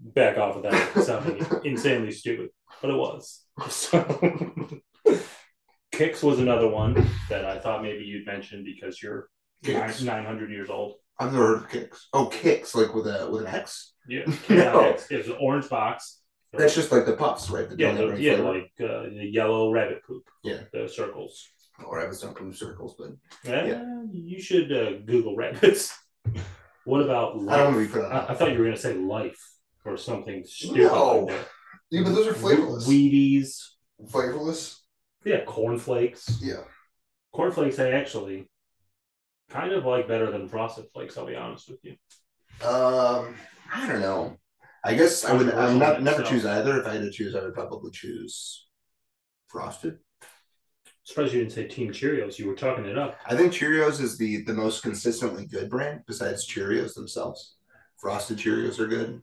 back off of that sounding insanely stupid, but it was. So, Kicks was another one that I thought maybe you'd mention because you're nine, Kicks. 900 years old. I've never heard of kicks. Oh, kicks like with a with an X. Yeah, No. Kicks. It was an orange box. That's just like the puffs, right? That yeah, don't have the, any yeah, flavor. like uh, the yellow rabbit poop. Yeah. the circles. or I was on blue circles, but Yeah, Yeah. you should *laughs* uh, Google rabbits. What about I don't life? want to be put on. I, I thought you were going to say life. or something stupid. No. like that. Yeah, but those are flavorless. Wheaties. flavorless. Yeah, cornflakes. Yeah. Cornflakes, I actually kind of like better than frosted flakes. I'll be honest with you. Um, I don't know. I guess I would. I would not, never So- choose either. If I had to choose, I would probably choose frosted. Surprised you didn't say Team Cheerios. You were talking it up. I think Cheerios is the the most consistently good brand besides Cheerios themselves. Frosted Cheerios are good.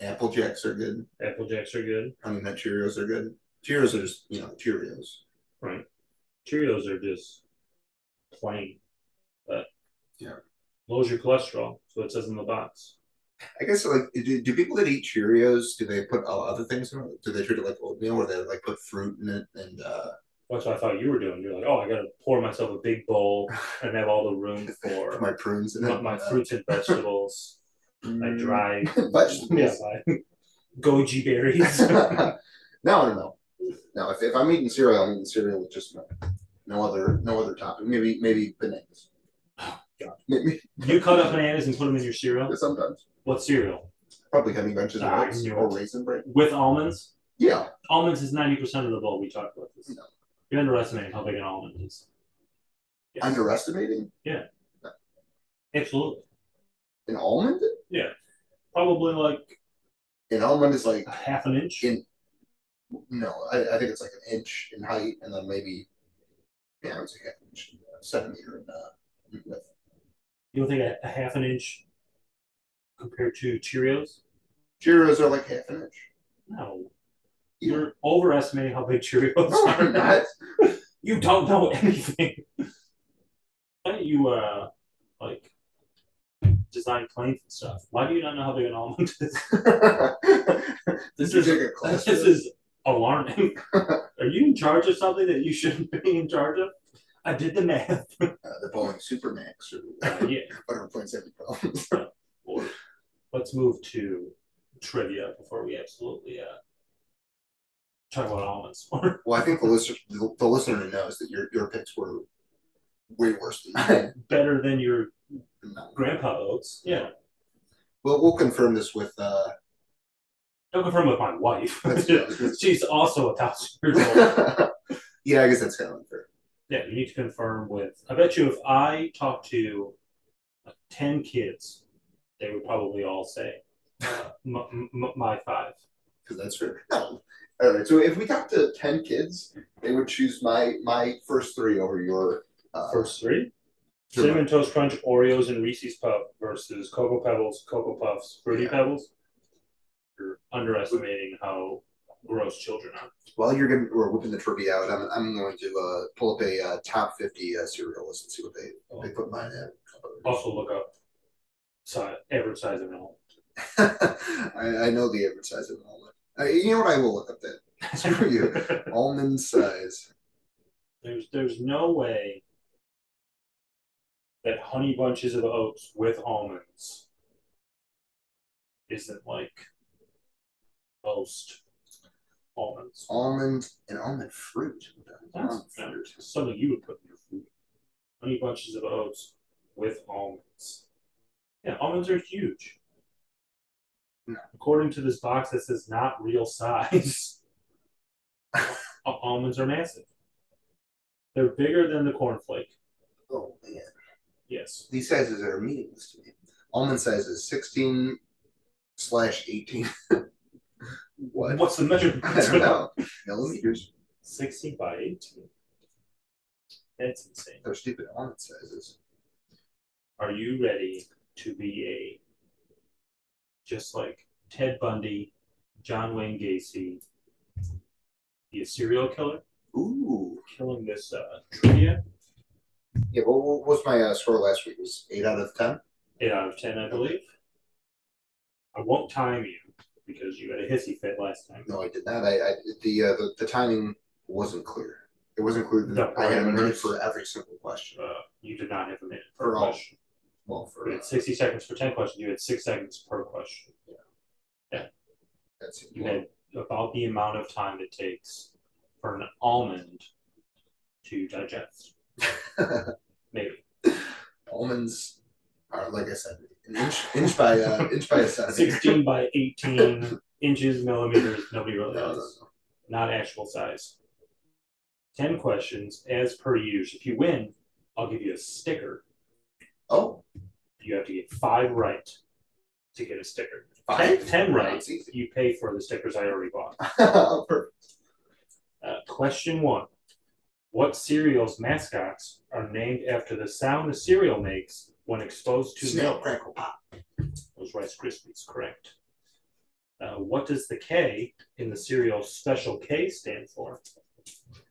Apple Jacks are good. Apple Jacks are good. I mean, not Cheerios are good. Cheerios are just you know Cheerios. Cheerios are just plain, but Yeah. lowers your cholesterol. So it says in the box. I guess like do, do people that eat Cheerios do they put all other things in it? Do they treat it like oatmeal where they like put fruit in it and uh That's what I thought you were doing. You're like, oh, I gotta pour myself a big bowl and have all the *laughs* room for put my prunes in my, it? my Uh, fruits *laughs* and vegetables, Mm. my dry yeah, vegetables. *laughs* my goji *laughs* berries. no, no, no. No, if, if I'm eating cereal, I'm eating cereal with just milk. No other no other topping. Maybe maybe bananas. God. Maybe you cut up bananas and put them in your cereal. sometimes. What cereal? Probably honey bunches of Ah, oats I knew or it. raisin bread. With almonds. Yeah. Almonds is ninety percent of the bowl. We talked about this. No. You're underestimating how big an almond is. Yes. Underestimating Absolutely. an almond? Probably like An almond is like a half an inch. In- no, I, I think it's like an inch in height and then maybe yeah, I would say half an inch, uh, centimeter in, uh, in width. You don't think a, a half an inch compared to Cheerios? Cheerios are like half *laughs* an inch. No. Yeah. You're overestimating how big Cheerios No, are. I'm *laughs* not. You don't know anything. *laughs* Why don't you uh like design planes and stuff? Why do you not know how big an almond is? *laughs* This Did is you take a class this for this? is *laughs* alarming. Are you in charge of something that you shouldn't be in charge of? I did the *laughs* math. Uh, the Boeing Supermax or Uh, yeah. whatever points every problem. Or let's move to trivia before we absolutely uh talk about almonds more. Well, I think the listener the, the listener knows that your your picks were way worse than mine. Better than your Than mine. grandpa oats. Yeah. Well, we'll confirm this with uh, Don't confirm with my wife. *laughs* That's good. She's also a thousand years old. *laughs* yeah, I guess that's kind of unfair. Yeah, you need to confirm with. I bet you if I talked to like 10 kids, they would probably all say uh, m- m- m- my five. because that's fair. No. All right. So if we got to ten kids, they would choose my my first three over your uh, First three your- Cinnamon Toast Crunch, Oreos, and Reese's Puff versus Cocoa Pebbles, Cocoa Puffs, Fruity Yeah. Pebbles. You're underestimating how gross children are. While you're gonna we're whipping the trivia out, I'm, I'm going to uh, pull up a uh, top fifty uh, cereal list and see what they they put mine in. Also, look up size, average size of an almond. *laughs* I, I know the average size of an almond. I, Uh, you know what? I will look up that *laughs* Screw you. almond size. There's there's no way that honey bunches of oats with almonds isn't like most almonds. Almond and almond fruit. That's Almond not- fruit. something you would put in your food. Honey bunches of oats with almonds. Yeah, almonds are huge. No. According to this box that says not real size, al- almonds are massive. They're bigger than the cornflake. Oh man, Yes. these sizes are meaningless to me. Almond size is sixteen slash eighteen. *laughs* what? What's the measurement? *laughs* I don't know. Millimeters. 16 by 18. That's insane. They're stupid almond sizes. Are you ready to be a just like Ted Bundy, John Wayne Gacy, be a serial killer? Ooh. Killing this uh, trivia? Yeah, what, what was my uh, score last week? It was 8 out of 10? 8 out of 10, I believe. I won't time you because you had a hissy fit last time. No, I did not. I, I the, uh, the the timing wasn't clear. It wasn't clear that The I had a minute parameters. for every single question. Uh, you did not have a minute per For all. question. Well, You for uh, had 60 seconds for 10 questions. You had 6 seconds per question. that's you had about the amount of time it takes for an almond to *laughs* digest. Maybe. almonds are like I said an inch, inch by uh, *laughs* inch by a centimeter. 16 by 18 inches, millimeters, nobody really No, no, no. knows. Not actual size. 10 questions as per usual. If you win, I'll give you a sticker. Oh, You have to get five right to get a sticker. five. Ten, ten Wow, right, it's easy. *laughs* Oh, you pay for the stickers I already bought. Perfect. Uh, question one What cereal's mascots are named after the sound the cereal makes when exposed to Snail milk? crackle pop. Those Rice Krispies, correct. Uh, what does the K in the cereal Special K stand for?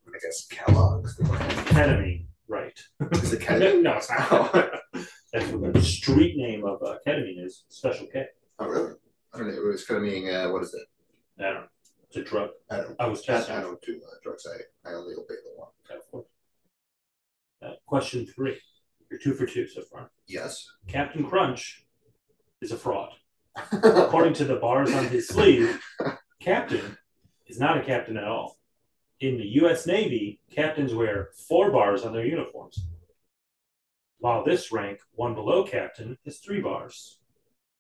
I guess Kellogg's. the brand. Ketamine, right. *laughs* Is it Kellogg's? no, it's not. *laughs* That's what the street name of uh, ketamine is Special K. Oh, really? I don't know. It was kind of meaning, uh, what is it? I don't know. It's a drug. I don't. I was I, testing. I don't do uh, drugs. I, I only obey the law. Of course. Uh, question three. You're two for two so far. Yes. *laughs* Captain Crunch is a fraud. According to the bars on his sleeve, Captain is not a captain at all. In the U.S. Navy, captains wear four bars on their uniforms, while this rank, one below captain, is three bars.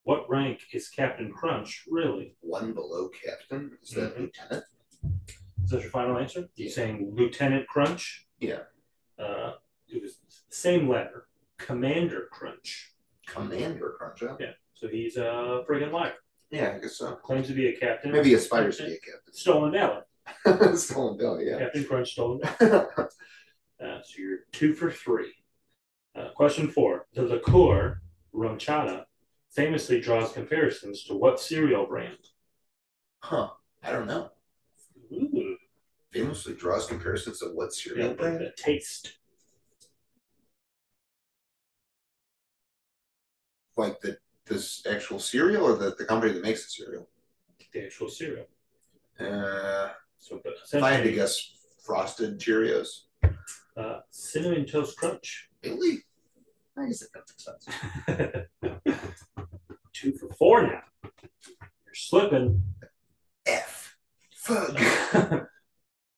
What rank is Captain Crunch really? One below captain. Is that Mhm. lieutenant? Is that your final answer? You're Yeah. saying Lieutenant Crunch? Yeah. Uh, it was the same letter, Commander Crunch. Commander Crunch. huh? So he's a friggin' liar. Yeah, I guess so. Claims to be a captain. Maybe aspires to be a Stolen valor. captain. *laughs* Stolen Bill, yeah. Captain Crunch stolen valor. Uh, so you're two for three. Uh, question four. The liqueur, rum chata, famously draws comparisons to what cereal brand? huh. I don't know. Ooh, Famously draws comparisons of what yeah, cereal the, brand? the taste. Like the this actual cereal or the, the company that makes the cereal? The actual cereal. Uh, So, but if I had to essentially, guess, Frosted Cheerios. uh, cinnamon toast crunch. *laughs* Really? I guess that makes sense. Two for four now. You're slipping. F. Fuck. *laughs*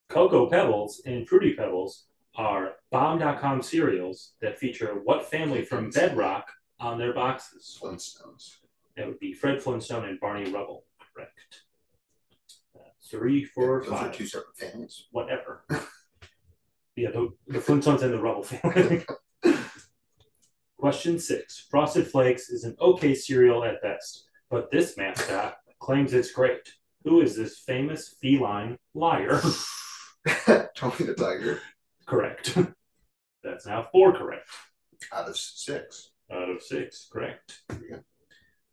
Cocoa Pebbles and Fruity Pebbles are bomb.com cereals that feature what family from Bedrock on their boxes? Flintstones. That would be Fred Flintstone and Barney Rubble. Correct. Uh, three, four, Those five, are two separate families. *laughs* whatever. *laughs* yeah, the, the Flintstones and the Rubble family. *laughs* Question six Frosted Flakes is an okay cereal at best, but this mascot claims it's great. Who is this famous feline liar? *laughs* Tony the Tiger correct. *laughs* That's now four correct out of six. out of six. Correct. Yeah.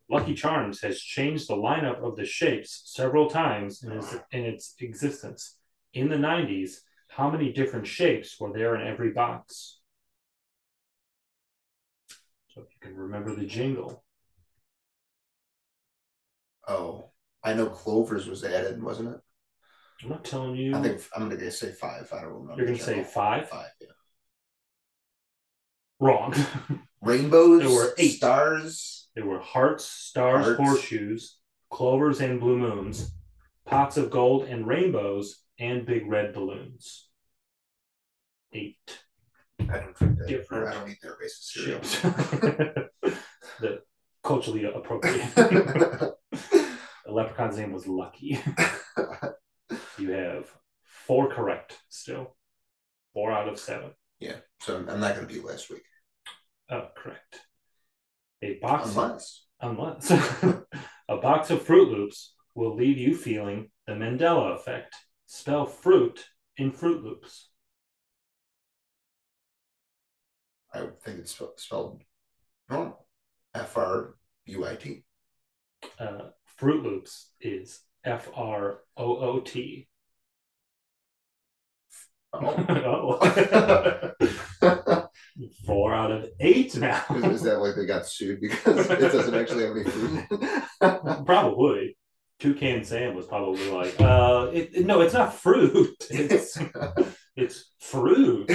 Lucky Charms has changed the lineup of the shapes several times in its, in its existence. In the 90s, how many different shapes were there in every box? So if you can remember the jingle. Oh, I know Clovers was added, wasn't it? I'm not telling you. I think I'm gonna say five. I don't remember. You're going to say five? Five. Yeah. Wrong. *laughs* Rainbows. There were eight. stars. there were hearts, stars, Hearts. horseshoes, clovers, and blue moons, pots of gold and rainbows, and big red balloons. Eight. I don't drink that. Different I don't eat their racist cereal. shapes. *laughs* the culturally appropriate. the leprechaun's name was Lucky. You have four correct still. Four out of seven. yeah. *laughs* So I'm I'm not gonna be last week Oh, correct. A box unless unless *laughs* a box of Fruit Loops will leave you feeling the Mandela effect. Spell fruit in Fruit Loops. I think it's spe- spelled normal. F R U I T. Uh, fruit Loops is F R O O T. Oh. Oh. Four out of eight now. *laughs* *laughs* Is, is that like they got sued because it doesn't actually have any food? in it? Probably. Toucan Sam was probably like, uh, it, it- no, it's not fruit. *laughs* It's it's fruit.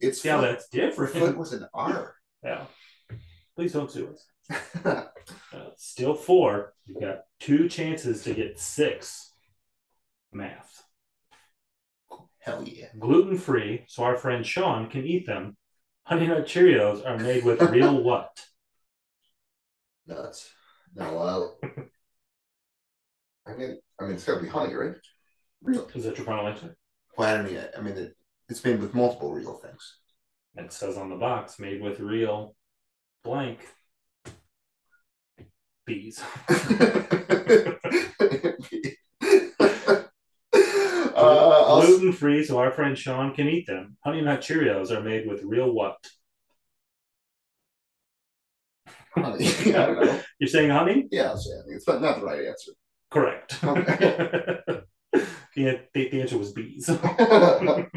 it's Yeah, foot. that's different. foot was an R. Yeah. Please don't sue us. *laughs* Uh, still four. You've got two chances to get six. Math. Hell yeah. Gluten free, so our friend Sean *laughs* can eat them. Honey Nut Cheerios are made with real what? nuts. No, uh, I mean, I mean, it's got to be honey, right? Real. Is it your final answer? Well, I mean, I mean, it, it's made with multiple real things. It says on the box, made with real blank bees. *laughs* Uh, I'll s- Gluten free, so our friend Sean can eat them. Honey Nut Cheerios are made with real what? honey. Yeah, *laughs* I don't know. You're saying honey? Yeah, I'll say honey. It's not, not the *laughs* right answer. Correct. Okay. *laughs* the, the, the answer was bees. the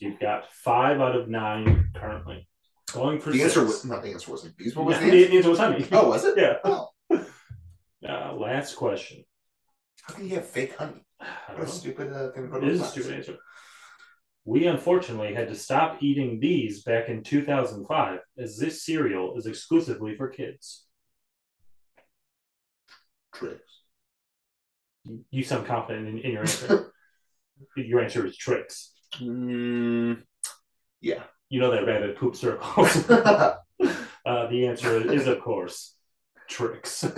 You've got five out of nine currently. Going for six. answer was not the answer wasn't bees. What was Yeah, the answer? the answer was honey. Oh, was it? Yeah. Oh. Uh, last question. How can you have fake honey? I What a don't stupid uh, thing to put know. It is on a the box. stupid answer. We unfortunately had to stop eating bees back in 2005, as this cereal is exclusively for kids. Tricks. You sound confident in, in your *laughs* answer. your answer is tricks. Hmm. Mm, yeah. You know that rabbit poop circles. uh, the answer is, of course, tricks. *laughs*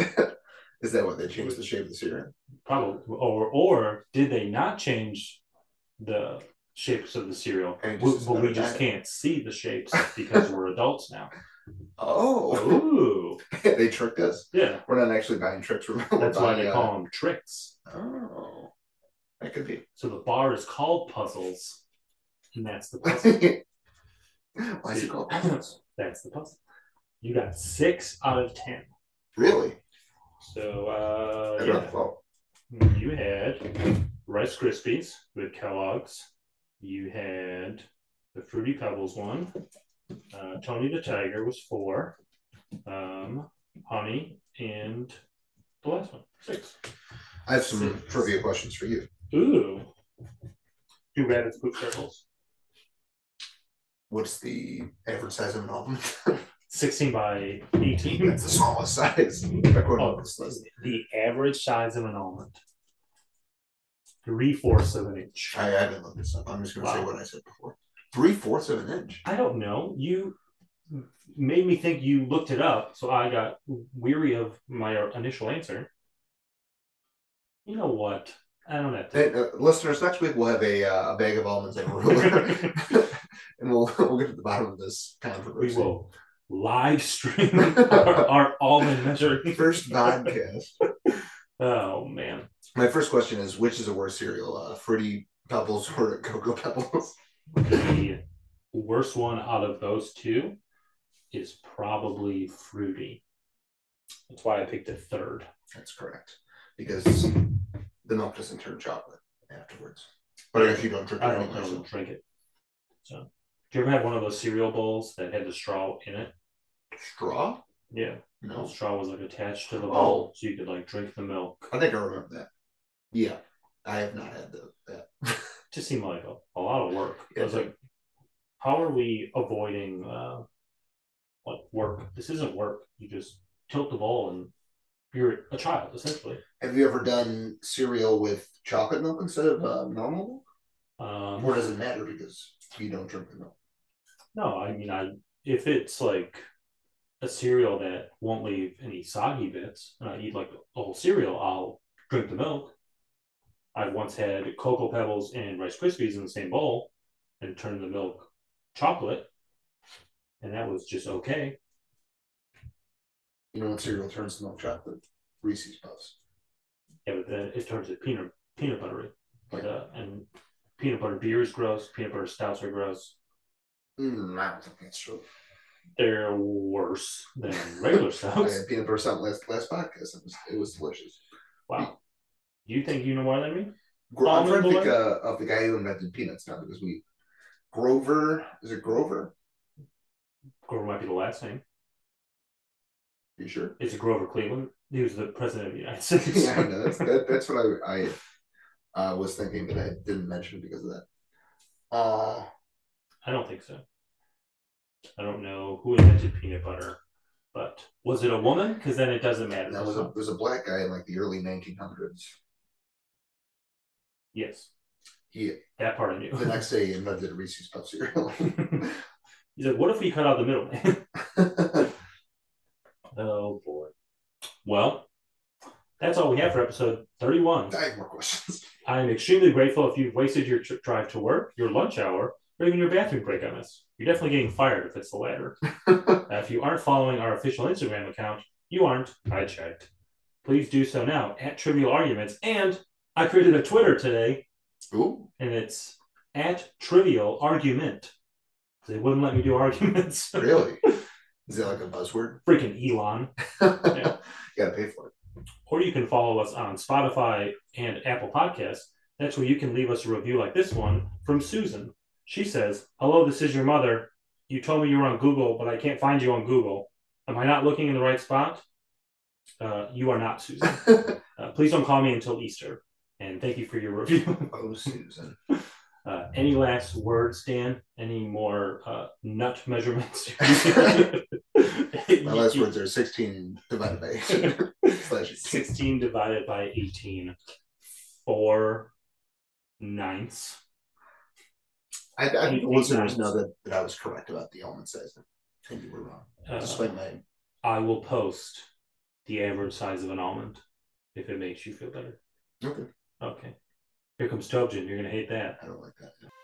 is that what they changed the shape of the cereal? Probably, or or did they not change the shapes of the cereal? And it We- just but we doesn't just matter. can't see the shapes because we're adults now. *laughs* Oh, *laughs* Ooh, they tricked us. yeah, We're not actually buying tricks. We're that's why buying, they uh, call them tricks. Oh, that could be. So the bar is called puzzles, and that's the *laughs* puzzle. Why is *laughs* it called puzzles? that's the puzzle. You got six out of ten. Really? So uh, I yeah. don't know. You had Rice Krispies with Kellogg's. You had the Fruity Pebbles one. Uh, Tony the Tiger was four. Um, honey and the last one, six. I have some trivia questions for you. Ooh. Two rabbits poop circles. What's the average size of *laughs* an almond? 16 by 18. *laughs* That's the *laughs* smallest size. According to this list. the average size of an almond. Three fourths of an inch. I, I didn't look this up. I'm just going to say Wow. what I said before. Three fourths of an inch. I don't know. You made me think you looked it up, so I got weary of my initial answer. You know what? I don't have to. Hey, uh, listeners, next week we'll have a, uh, a bag of almonds and *laughs* a ruler, and we'll we'll get to the bottom of this We controversy. will live stream our, our almond measuring. *laughs* First podcast. *laughs* Oh man, My first question is: Which is a worse cereal, uh, Fruity Pebbles or Cocoa Pebbles? the worst one out of those two is probably fruity. That's why I picked a third. That's correct, because the milk doesn't turn chocolate afterwards. But I guess you don't drink it I don't anyway. know. so- Drink it. So, do you ever have one of those cereal bowls that had the straw in it? Straw? Yeah. The No, straw was like attached to the bowl, so you could like drink the milk. I think I remember that. Yeah, I have not had the, that. *laughs* Just seemed like a, a lot of work. I was Yeah. like, how are we avoiding uh, like work? This isn't work. You just tilt the bowl and you're a child essentially. Have you ever done cereal with chocolate milk instead of uh, normal milk? Um, Or does it matter because you don't drink the milk? No, I mean, I if it's like a cereal that won't leave any soggy bits, and I eat like a whole cereal, I'll drink the milk. I once had Cocoa Pebbles and Rice Krispies in the same bowl, and turned the milk chocolate, and that was just okay. You know what cereal turns to milk chocolate? Reese's Puffs. Yeah, but then it turns to peanut peanut buttery, but, uh, and peanut butter beer is gross. Peanut butter stouts are gross. Mm, I don't think that's true. They're worse than regular I stouts. *laughs* had peanut butter something last last podcast. It was, it was delicious. Wow. You think you know more than me? Gro- I'm trying to think Almond uh, of the guy who invented peanuts now because we Grover is it Grover? Grover might be the last name. you sure? *laughs* It's Grover Cleveland. He was the president of the United States. yeah, I know. That's that, that's what I I uh, was thinking, but I didn't mention it because of that. Uh, I don't think so. I don't know who invented peanut butter, but was it a woman? Because then it doesn't matter. and that was a there's a black guy in like the early 1900s. yes, He that part I the knew. next day he invented Reese's Puff cereal. *laughs* *laughs* He's like, what if we cut out the middle? Oh, That's all we have for episode 31. I have more questions. *laughs* I'm extremely grateful if you've wasted your tr- drive to work, your lunch hour, or even your bathroom break on us. You're definitely getting fired if it's the latter. Uh, if you aren't following our official Instagram account, you aren't. I checked. Please do so now at Trivial Arguments. And I created a Twitter today, Ooh, and it's at Trivial Argument. They wouldn't let me do arguments. *laughs* really? Is that like a buzzword? Freaking Elon. You gotta pay for it. Or you can follow us on Spotify and Apple Podcasts. That's where you can leave us a review like this one from Susan. She says, Hello, this is your mother. You told me you were on Google, but I can't find you on Google. Am I not looking in the right spot? Uh, you are not, Susan. *laughs* Uh, please don't call me until Easter. And thank you for your review. *laughs* oh, Susan. Uh, any last words, Dan? Any more uh, nut measurements? *laughs* My last words are 16 divided by *laughs* 8. Slash 18. 16 divided by 18. Four ninths. I, I think Eight- the eight listeners nines. know that, that I was correct about the element size. And you were wrong. Uh, Despite my. I will post the average size of an almond if it makes you feel better. Okay. Okay. Here comes Tobin. You're going to hate that. I don't like that.